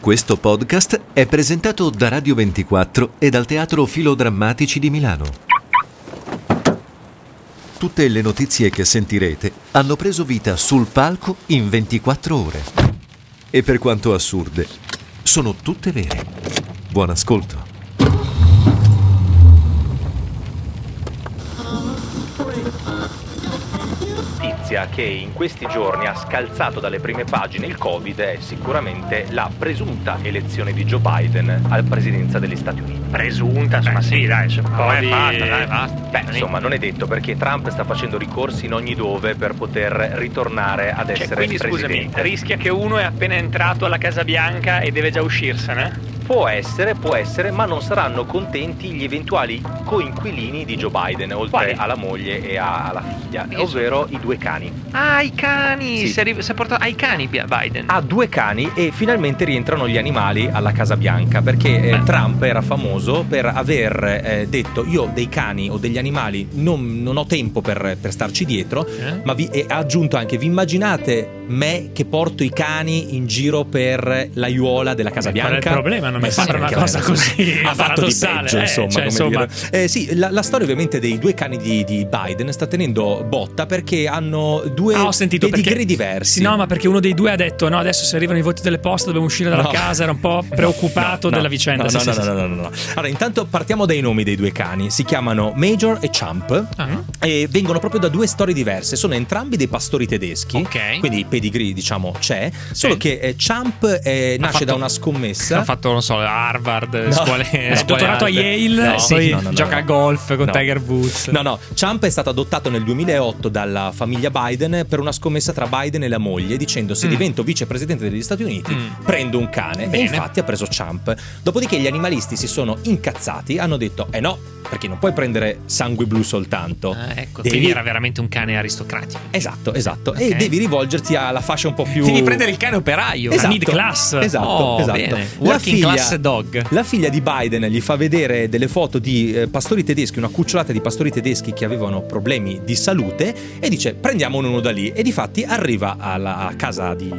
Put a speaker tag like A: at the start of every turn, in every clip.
A: Questo podcast è presentato da Radio 24 e dal Teatro Filodrammatici di Milano. Tutte le notizie che sentirete hanno preso vita sul palco in 24 ore. E per quanto assurde, sono tutte vere. Buon ascolto.
B: notizia che in questi giorni ha scalzato dalle prime pagine il Covid è sicuramente la presunta elezione di Joe Biden alla presidenza degli Stati Uniti.
C: Presunta, insomma,
D: Beh,
C: sì, dai, c'è un po'
D: ormai è
C: di... eh,
D: fatta, dai, basta.
B: Beh, insomma, non è detto perché Trump sta facendo ricorsi in ogni dove per poter ritornare ad
C: Cioè,
B: essere
C: quindi scusami,
B: presidente.
C: rischia che uno è appena entrato alla Casa Bianca e deve già uscirsene?
B: Può essere, può essere, ma non saranno contenti gli eventuali coinquilini di Joe Biden, oltre
C: Quali?
B: alla moglie e a- alla figlia,
C: Chi
B: ovvero i due cani.
C: Ah, i cani!
B: Sì. Ah,
C: Si, è, ri- si è portato ai cani Bi- Biden.
B: ha due cani e finalmente rientrano gli animali alla Casa Bianca perché eh, Trump era famoso per aver eh, detto io dei cani o degli animali non, non ho tempo per, per starci dietro
C: Eh?
B: ma vi, e ha aggiunto anche vi immaginate me che porto i cani in giro per l'aiuola della Casa Bianca
E: Qual è il problema? Non mi
B: Eh sì,
E: sembra una
B: anche
E: cosa
B: lei,
E: così
B: ha fatto di
E: paradossale,
B: peggio
E: eh,
B: insomma,
E: cioè,
B: come
E: insomma.
B: dire. Eh, sì, la, la storia ovviamente dei due cani di, di Biden sta tenendo botta perché hanno due
E: Ah, ho sentito perché-
B: pedigree diversi
E: Sì, no, ma perché uno dei due ha detto: No, adesso se arrivano i voti delle poste dobbiamo uscire dalla
B: No.
E: casa. Era un po' preoccupato
B: No, no,
E: della vicenda.
B: No,
E: Sì,
B: no,
E: sì,
B: no,
E: sì.
B: no, no, no, no. Allora, intanto partiamo dai nomi dei due cani. Si chiamano Major e Champ.
E: Ah.
B: E vengono proprio da due storie diverse. Sono entrambi dei pastori tedeschi.
D: Ok.
B: Quindi il pedigree, diciamo, c'è. Solo che eh, Champ eh, nasce
D: fatto-
B: da una
D: Ha
B: scommessa.
D: fatto, non so, Harvard, scuole.
E: Ha
D: scuole
E: dottorato a
D: alte.
E: Yale,
D: No,
E: poi
D: sì, no, no, no, gioca
E: no.
D: a golf con
B: No.
D: Tiger Woods.
B: No, no, Champ è stato adottato nel 2008 dalla famiglia Biden per una scommessa tra Biden e la moglie, dicendo se
D: Mm.
B: divento vicepresidente degli Stati Uniti
D: Mm.
B: prendo un cane. E
D: Bene.
B: infatti ha preso Champ. Dopodiché gli animalisti si sono incazzati, hanno detto eh no, perché non puoi prendere sangue blu soltanto.
D: Ah, ecco,
B: Devi-
D: quindi era veramente un cane aristocratico.
B: Esatto, esatto. E
D: Ok.
B: devi rivolgerti alla fascia un po' più...
D: Devi prendere il cane operaio.
B: Esatto.
E: mid class.
B: Esatto,
D: Oh,
B: esatto.
D: bene.
B: La
D: Working
B: figlia-
D: class dog.
B: La figlia di Biden gli fa vedere delle foto di eh, pastori tedeschi, una cucciolata di pastori tedeschi che avevano problemi di salute e dice prendiamone uno da lì e difatti arriva alla a casa di,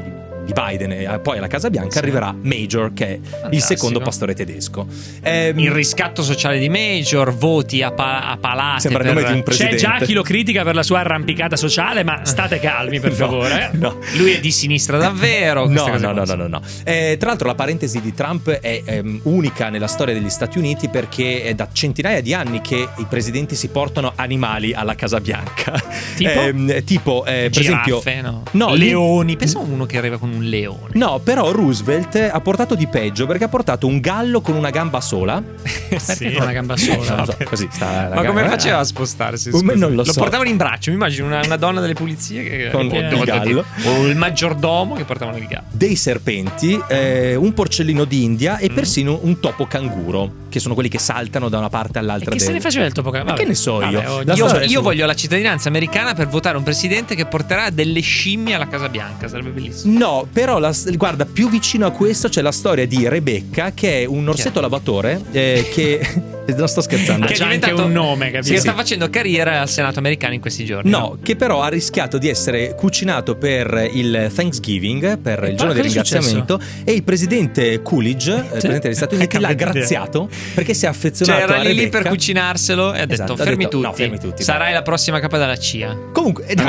B: di Biden e eh, poi alla Casa Bianca
D: Sì.
B: arriverà Major che è il
D: Fantastico.
B: secondo pastore tedesco. Ehm,
D: Il riscatto sociale di Major, voti a, pa- a palate.
B: Sembra il
D: per...
B: nome di un pre-
E: C'è già
B: Presidente.
E: chi lo critica per la sua arrampicata sociale, ma state calmi, per
B: No,
E: favore.
B: no.
D: Lui è di sinistra davvero. queste
B: No,
D: cose
B: no,
D: qua.
B: no, no, no, no. Eh, tra l'altro la parentesi di Trump è ehm, unica nella storia degli Stati Uniti perché è da centinaia di anni che i presidenti si portano animali alla Casa Bianca.
E: Tipo?
B: Ehm, tipo, eh, per
D: Giraffe,
B: esempio...
D: no.
B: no,
D: leoni.
B: lì-
D: Pensa a uno che arriva con un leone.
B: No, però Roosevelt ha portato di peggio perché ha portato un gallo con una gamba sola.
D: Perché con una gamba sola?
B: Non so, così sta la
D: Eh, Ma come
B: gamba- eh.
D: faceva a spostarsi?
B: Un-
D: scusa?
B: non lo
D: lo
B: so.
D: portavano in braccio. Mi immagino una, una donna delle pulizie che
B: Con
D: che-
B: il
D: o-
B: gallo.
D: O il maggiordomo che portavano il gallo.
B: dei serpenti, eh, un porcellino d'India e
D: Mm.
B: persino un topo canguro, che sono quelli che saltano da una parte
E: E
B: all'altra.
E: che se
B: del-
E: ne faceva il topo
B: Ma che ne so io? La
D: Io,
B: storia è
D: io
B: solo-
D: voglio la cittadinanza americana per votare un presidente che porterà delle scimmie alla Casa Bianca. Sarebbe bellissimo.
B: No, però la- guarda, più vicino a questo c'è la storia di Rebecca, che è un orsetto lavatore eh, che... non sto scherzando.
E: Ha
D: Che è
E: già anche
D: diventato-
E: un nome,
D: Che
E: capito?
D: sta facendo carriera al Senato americano in questi giorni. Cioè,
B: No, che però ha rischiato di essere cucinato per il Thanksgiving, per
E: E poi
B: il giorno del
E: cosa è
B: ringraziamento, e il presidente Coolidge, eh, presidente degli Stati
E: Ha
B: Uniti, l'ha
E: cambiato idea.
B: graziato perché si è affezionato
D: Cioè, era
B: a
D: lì lì
B: Rebecca.
D: per cucinarselo e ha detto:
B: Esatto, ha
D: fermi,
B: detto,
D: tutti.
B: "No, fermi tutti,
D: Sarai
B: vai."
D: la prossima capa della CIA.
B: Comunque, eh, no.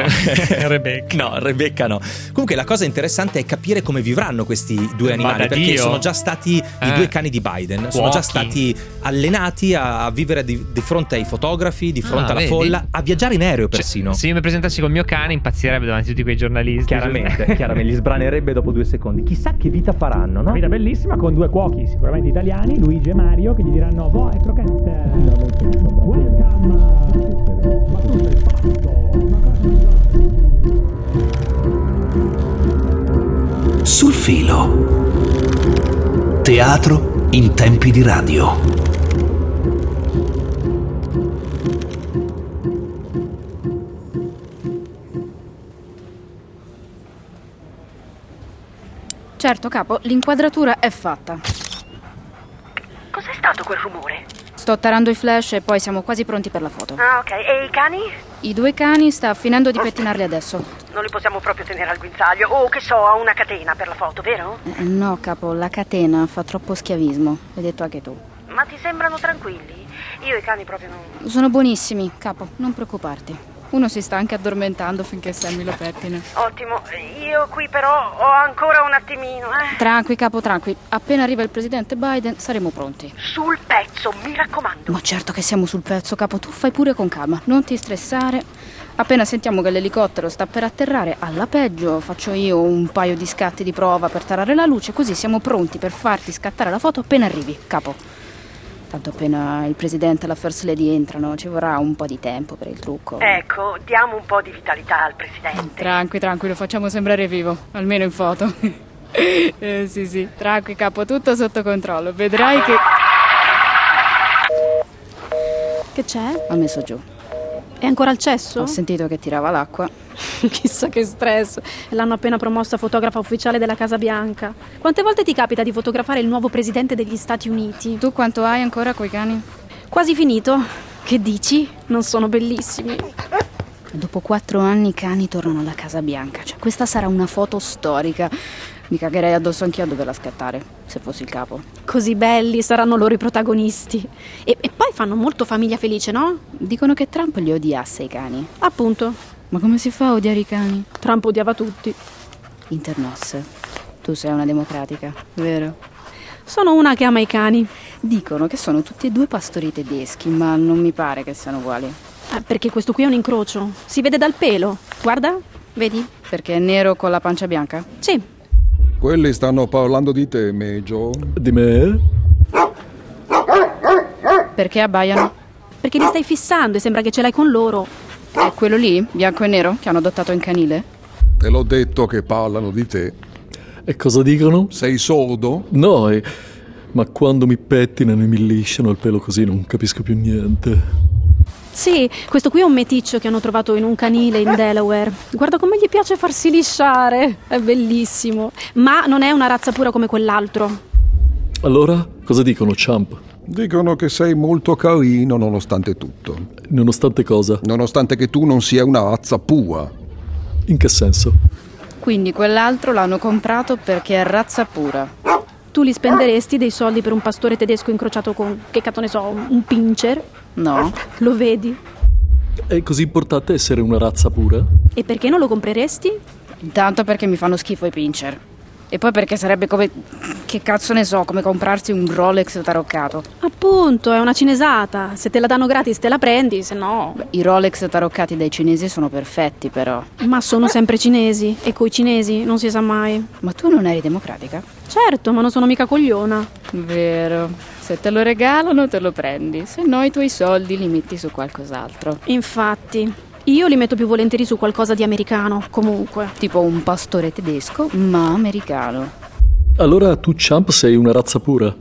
E: Rebecca.
B: No, Rebecca no. Comunque la cosa interessante è capire come vivranno questi due animali,
D: Vada
B: perché
D: Dio.
B: sono già stati i
D: Eh.
B: due cani di Biden, sono già
D: Cuochi.
B: stati allenati a, a vivere di, di fronte ai fotografi, di fronte
D: Ah,
B: alla
D: vedi?
B: folla, a viaggiare in aereo persino.
D: Cioè, se io mi presentassi col mio cane, impazzirebbe davanti a tutti quei giornalisti.
B: Chiaramente, chiaramente, li sbranerebbe dopo due secondi. Chissà che vita faranno, no?
F: Una vita bellissima con due cuochi, sicuramente italiani, Luigi e Mario, che gli diranno Boh, è croccante! Welcome! Ma tu sei pazzo! Ma cosa
G: Sul filo. Teatro in tempi di radio.
H: Certo, capo, l'inquadratura è fatta.
I: Cos'è stato quel rumore?
H: Sto tarando i flash e poi siamo quasi pronti per la foto.
I: Ah, ok. E i cani?
H: I due cani sta finendo di pettinarli adesso.
I: Non li possiamo proprio tenere al guinzaglio. O che so, a una catena per la foto, vero?
H: Eh, no, capo, la catena fa troppo schiavismo, l'hai detto anche tu.
I: Ma ti sembrano tranquilli? Io i cani proprio non.
H: Sono buonissimi, capo, non preoccuparti. Uno si sta anche addormentando finché Sammy lo pettina.
I: Ottimo, io qui però ho ancora un attimino, eh.
H: Tranqui, capo, tranqui. Appena arriva il presidente Biden saremo pronti.
I: Sul pezzo, mi raccomando.
H: Ma certo che siamo sul pezzo, capo, tu fai pure con calma, non ti stressare. Appena sentiamo che l'elicottero sta per atterrare, alla peggio faccio io un paio di scatti di prova per tarare la luce, così siamo pronti per farti scattare la foto appena arrivi, capo. Tanto appena il presidente e la first lady entrano, ci vorrà un po' di tempo per il trucco.
I: Ecco, diamo un po' di vitalità al presidente.
H: Tranqui, tranqui, lo facciamo sembrare vivo, almeno in foto. Eh, sì, sì, tranqui, capo, tutto sotto controllo. Vedrai che.
J: Che c'è?
H: Ho messo giù.
J: È ancora al cesso?
H: Ho sentito che tirava l'acqua.
J: Oh, Chissà che stress. L'hanno appena promossa fotografa ufficiale della Casa Bianca. Quante volte ti capita di fotografare il nuovo presidente degli Stati Uniti?
H: Tu quanto hai ancora coi cani?
J: Quasi finito. Che dici? Non sono bellissimi.
H: Dopo quattro anni i cani tornano alla Casa Bianca. Cioè, questa sarà una foto storica. Mi cagherei addosso anch'io a doverla scattare, se fossi il capo.
J: Così belli saranno loro i protagonisti. E, e poi fanno molto famiglia felice, no?
H: Dicono che Trump li odiasse i cani.
J: Appunto.
H: Ma come si fa a odiare i cani?
J: Trump odiava tutti.
H: Internos, tu sei una democratica, vero?
J: Sono una che ama i cani.
H: Dicono che sono tutti e due pastori tedeschi, ma non mi pare che siano uguali.
J: Ah, perché questo qui è un incrocio. Si vede dal pelo. Guarda, vedi?
H: Perché è nero con la pancia bianca?
J: Sì.
K: Quelli stanno parlando di te, Mejo.
L: Di me?
H: Perché abbaiano?
J: Perché li stai fissando e sembra che ce l'hai con loro.
H: È quello lì, bianco e nero, che hanno adottato in canile?
K: Te l'ho detto che parlano di te.
L: E cosa dicono?
K: Sei sordo?
L: No, e- ma quando mi pettinano e mi lisciano il pelo così non capisco più niente.
J: Sì, questo qui è un meticcio che hanno trovato in un canile in Delaware. Guarda come gli piace farsi lisciare. È bellissimo. Ma non è una razza pura come quell'altro.
L: Allora, cosa dicono, Champ?
K: Dicono che sei molto carino nonostante tutto.
L: Nonostante cosa?
K: Nonostante che tu non sia una razza pua.
L: In che senso?
H: Quindi quell'altro l'hanno comprato perché è razza pura.
J: Tu li spenderesti dei soldi per un pastore tedesco incrociato con, che cazzo ne so, un pincher?
H: No,
J: Lo vedi?
L: È così importante essere una razza pura?
J: E perché non lo compreresti?
H: intanto perché mi fanno schifo i pincher. E poi perché sarebbe come. che cazzo ne so, come comprarsi un Rolex taroccato.
J: Appunto, è una cinesata. Se te la danno gratis te la prendi, se no.
H: I Rolex taroccati dai cinesi sono perfetti, però.
J: Ma sono sempre cinesi e coi cinesi non si sa mai.
H: Ma tu non eri democratica?
J: Certo, ma non sono mica cogliona.
H: Vero. Se te lo regalano, te lo prendi. Se no, i tuoi soldi li metti su qualcos'altro.
J: Infatti, io li metto più volentieri su qualcosa di americano, comunque.
H: Tipo un pastore tedesco, ma americano.
L: Allora tu, Champ, sei una razza pura?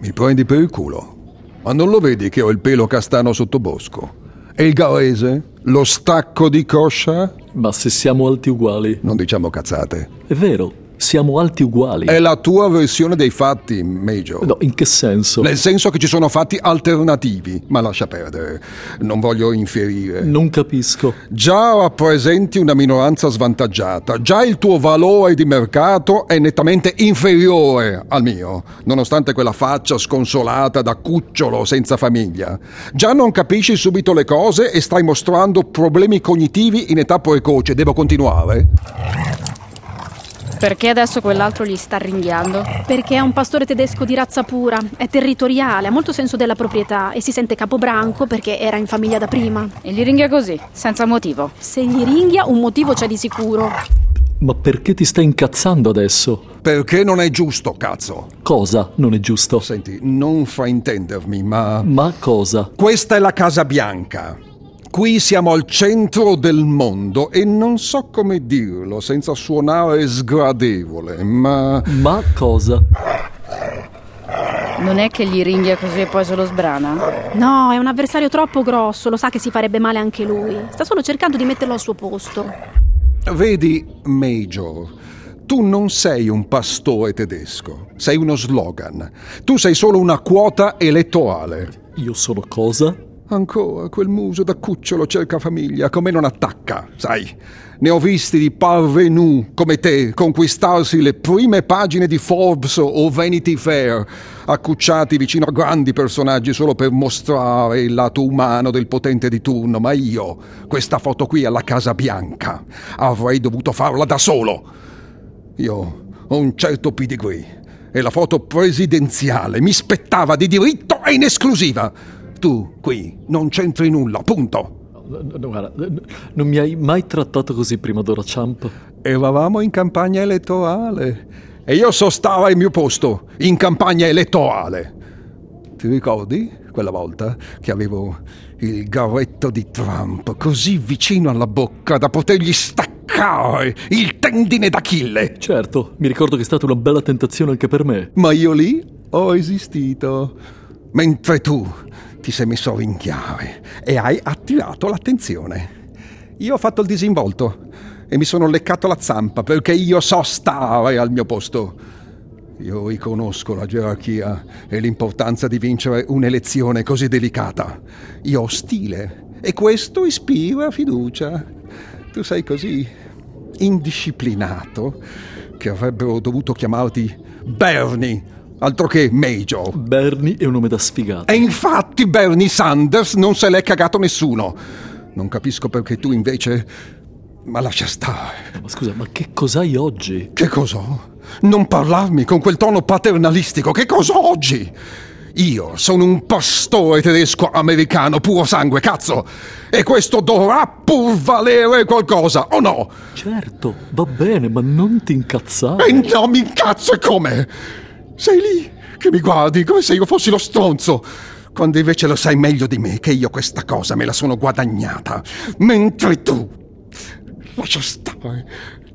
K: Mi prendi per il culo. Ma non lo vedi che ho il pelo castano sottobosco? E il galese? Lo stacco di coscia?
L: Ma se siamo alti uguali.
K: Non diciamo cazzate.
L: È vero, siamo alti uguali.
K: È la tua versione dei fatti, Major.
L: No, in che senso?
K: Nel senso che ci sono fatti alternativi, ma lascia perdere. Non voglio inferire.
L: Non capisco.
K: Già rappresenti una minoranza svantaggiata, già il tuo valore di mercato è nettamente inferiore al mio, nonostante quella faccia sconsolata da cucciolo senza famiglia. Già non capisci subito le cose e stai mostrando problemi cognitivi in età precoce, devo continuare?
H: Perché adesso quell'altro li sta ringhiando?
J: Perché è un pastore tedesco di razza pura, è territoriale, ha molto senso della proprietà e si sente capobranco perché era in famiglia da prima.
H: E li ringhia così, senza motivo.
J: Se gli ringhia, un motivo c'è di sicuro.
L: Ma perché ti stai incazzando adesso?
K: Perché non è giusto, cazzo.
L: Cosa non è giusto?
K: Senti, non fraintendermi, ma...
L: Ma cosa?
K: Questa è la Casa Bianca. Qui siamo al centro del mondo e non so come dirlo senza suonare sgradevole, ma
L: Ma cosa?
H: Non è che li ringhia così e poi se lo sbrana?
J: No, è un avversario troppo grosso, lo sa che si farebbe male anche lui. Sta solo cercando di metterlo al suo posto.
K: vedi, Major, tu non sei un pastore tedesco, sei uno slogan. Tu sei solo una quota elettorale.
L: Io sono cosa?
K: Ancora quel muso da cucciolo cerca famiglia, come non attacca, sai? Ne ho visti di parvenu come te conquistarsi le prime pagine di Forbes o Vanity Fair, accucciati vicino a grandi personaggi solo per mostrare il lato umano del potente di turno, ma io, questa foto qui alla Casa Bianca, avrei dovuto farla da solo. Io ho un certo pedigree e la foto presidenziale mi spettava di diritto e in esclusiva. Tu qui non c'entri nulla, punto.
L: No, no, guarda, n- non mi hai mai trattato così prima d'ora, Ciampa.
K: Eravamo in campagna elettorale e io sostavo al mio posto, in campagna elettorale. Ti ricordi quella volta che avevo il garretto di Trump così vicino alla bocca da potergli staccare il tendine d'Achille?
L: Certo, mi ricordo che è stata una bella tentazione anche per me.
K: Ma io lì ho esistito. Mentre tu ti sei messo a rinchiare e hai attirato l'attenzione. Io ho fatto il disinvolto e mi sono leccato la zampa perché io so stare al mio posto. Io riconosco la gerarchia e l'importanza di vincere un'elezione così delicata. Io ho stile e questo ispira fiducia. Tu sei così indisciplinato che avrebbero dovuto chiamarti Bernie, altro che Major.
L: Oh. Bernie è un nome da sfigato.
K: E infatti Bernie Sanders non se l'è cagato nessuno. Non capisco perché tu invece... Ma lascia stare.
L: Ma scusa, ma che cos'hai oggi?
K: Che cos'ho? Non parlarmi con quel tono paternalistico. Che cos'ho oggi? Io sono un pastore tedesco americano puro sangue, cazzo! E questo dovrà pur valere qualcosa, o no?
L: Certo, va bene, ma non ti incazzare.
K: E Eh, no, mi incazzo e Cioè, come? Sei lì che mi guardi come se io fossi lo stronzo. Quando invece lo sai meglio di me che io questa cosa me la sono guadagnata. Mentre tu... Lascia stare.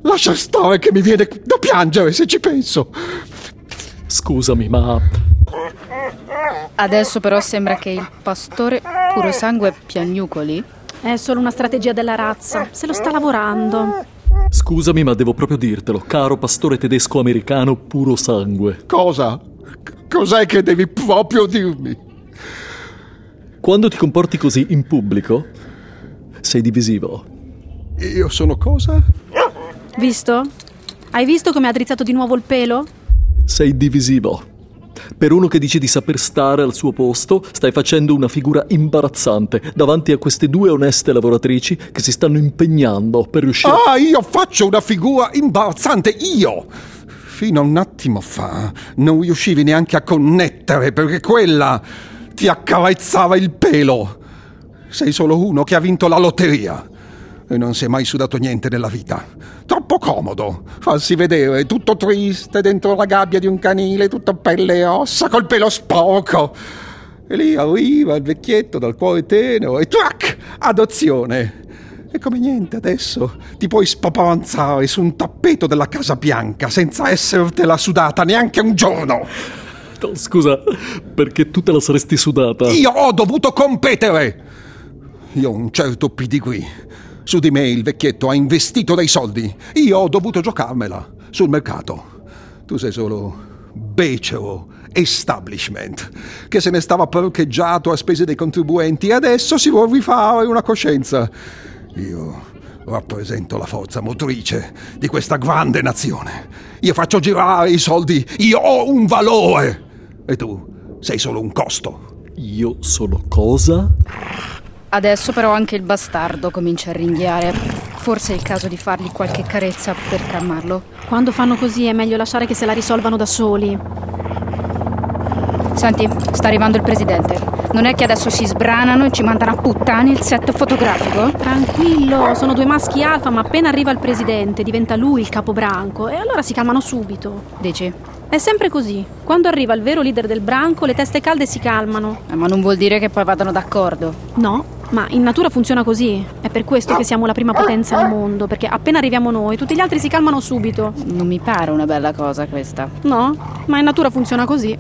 K: Lascia stare che mi viene da piangere se ci penso.
L: Scusami, ma
H: Adesso però sembra che il pastore puro sangue piagnucoli.
J: È solo una strategia della razza. Se lo sta lavorando.
L: Scusami, ma devo proprio dirtelo, caro pastore tedesco-americano puro sangue.
K: Cosa? C- cos'è che devi proprio dirmi?
L: Quando ti comporti così in pubblico, sei divisivo.
K: Io sono cosa?
J: Visto? Hai visto come ha drizzato di nuovo il pelo?
L: Sei divisivo. Per uno che dice di saper stare al suo posto, stai facendo una figura imbarazzante davanti a queste due oneste lavoratrici che si stanno impegnando per riuscire
K: Ah, io faccio una figura imbarazzante, io! Fino a un attimo fa non riuscivi neanche a connettere perché quella ti accarezzava il pelo. Sei solo uno che ha vinto la lotteria e non si è mai sudato niente nella vita. Troppo comodo farsi vedere tutto triste dentro la gabbia di un canile, tutto pelle e ossa, col pelo sporco. E lì arriva il vecchietto dal cuore tenero e trac! Adozione! E come niente adesso ti puoi spapavanzare su un tappeto della Casa Bianca senza essertela sudata neanche un giorno.
L: No, Scusa, perché tu te la saresti sudata?
K: Io ho dovuto competere! Io ho un certo pedigree. Su di me il vecchietto ha investito dei soldi. Io ho dovuto giocarmela sul mercato. Tu sei solo becero establishment che se ne stava parcheggiato a spese dei contribuenti e adesso si vuole rifare una coscienza. Io rappresento la forza motrice di questa grande nazione. Io faccio girare i soldi, io ho un valore e tu sei solo un costo.
L: Io sono cosa?
H: Adesso però anche il bastardo comincia a ringhiare. Forse è il caso di fargli qualche carezza per calmarlo.
J: Quando fanno così è meglio lasciare che se la risolvano da soli.
H: Senti, sta arrivando il presidente. Non è che adesso si sbranano e ci mandano a puttane il set fotografico?
J: Tranquillo, sono due maschi alfa, ma appena arriva il presidente diventa lui il capo branco e allora si calmano subito.
H: Dici? "Eh,
J: È sempre così. Quando arriva il vero leader del branco, le teste calde si calmano.
H: Eh, ma non vuol dire che poi vadano d'accordo.
J: No, ma in natura funziona così. È per questo che siamo la prima potenza al mondo, perché appena arriviamo noi, tutti gli altri si calmano subito.
H: Non mi pare una bella cosa questa.
J: No, ma in natura funziona così.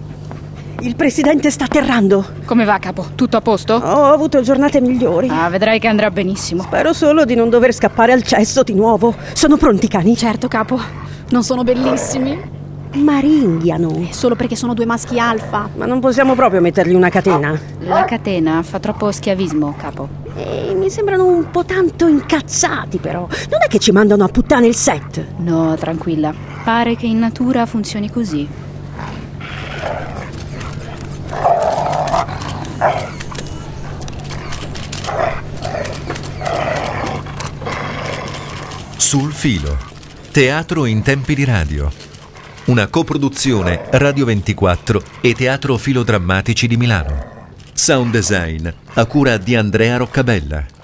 I: Il presidente sta atterrando.
H: Come va, capo? Tutto a posto?
I: Ho avuto giornate migliori.
H: Ah, vedrai che andrà benissimo.
I: Spero solo di non dover scappare al cesso di nuovo. Sono pronti, cani?
J: Certo, capo. Non sono bellissimi.
I: Ma ringhiano.
J: Solo perché sono due maschi alfa.
I: Ah. Ma non possiamo proprio mettergli una catena.
H: La catena fa troppo schiavismo, capo.
I: Eh, mi sembrano un po' tanto incazzati, però. Non è che ci mandano a puttane il set.
H: No, tranquilla. Pare che in natura funzioni così.
A: Sul filo. Teatro in tempi di radio. Una coproduzione Radio 24 e Teatro Filodrammatici di Milano. Sound design a cura di Andrea Roccabella.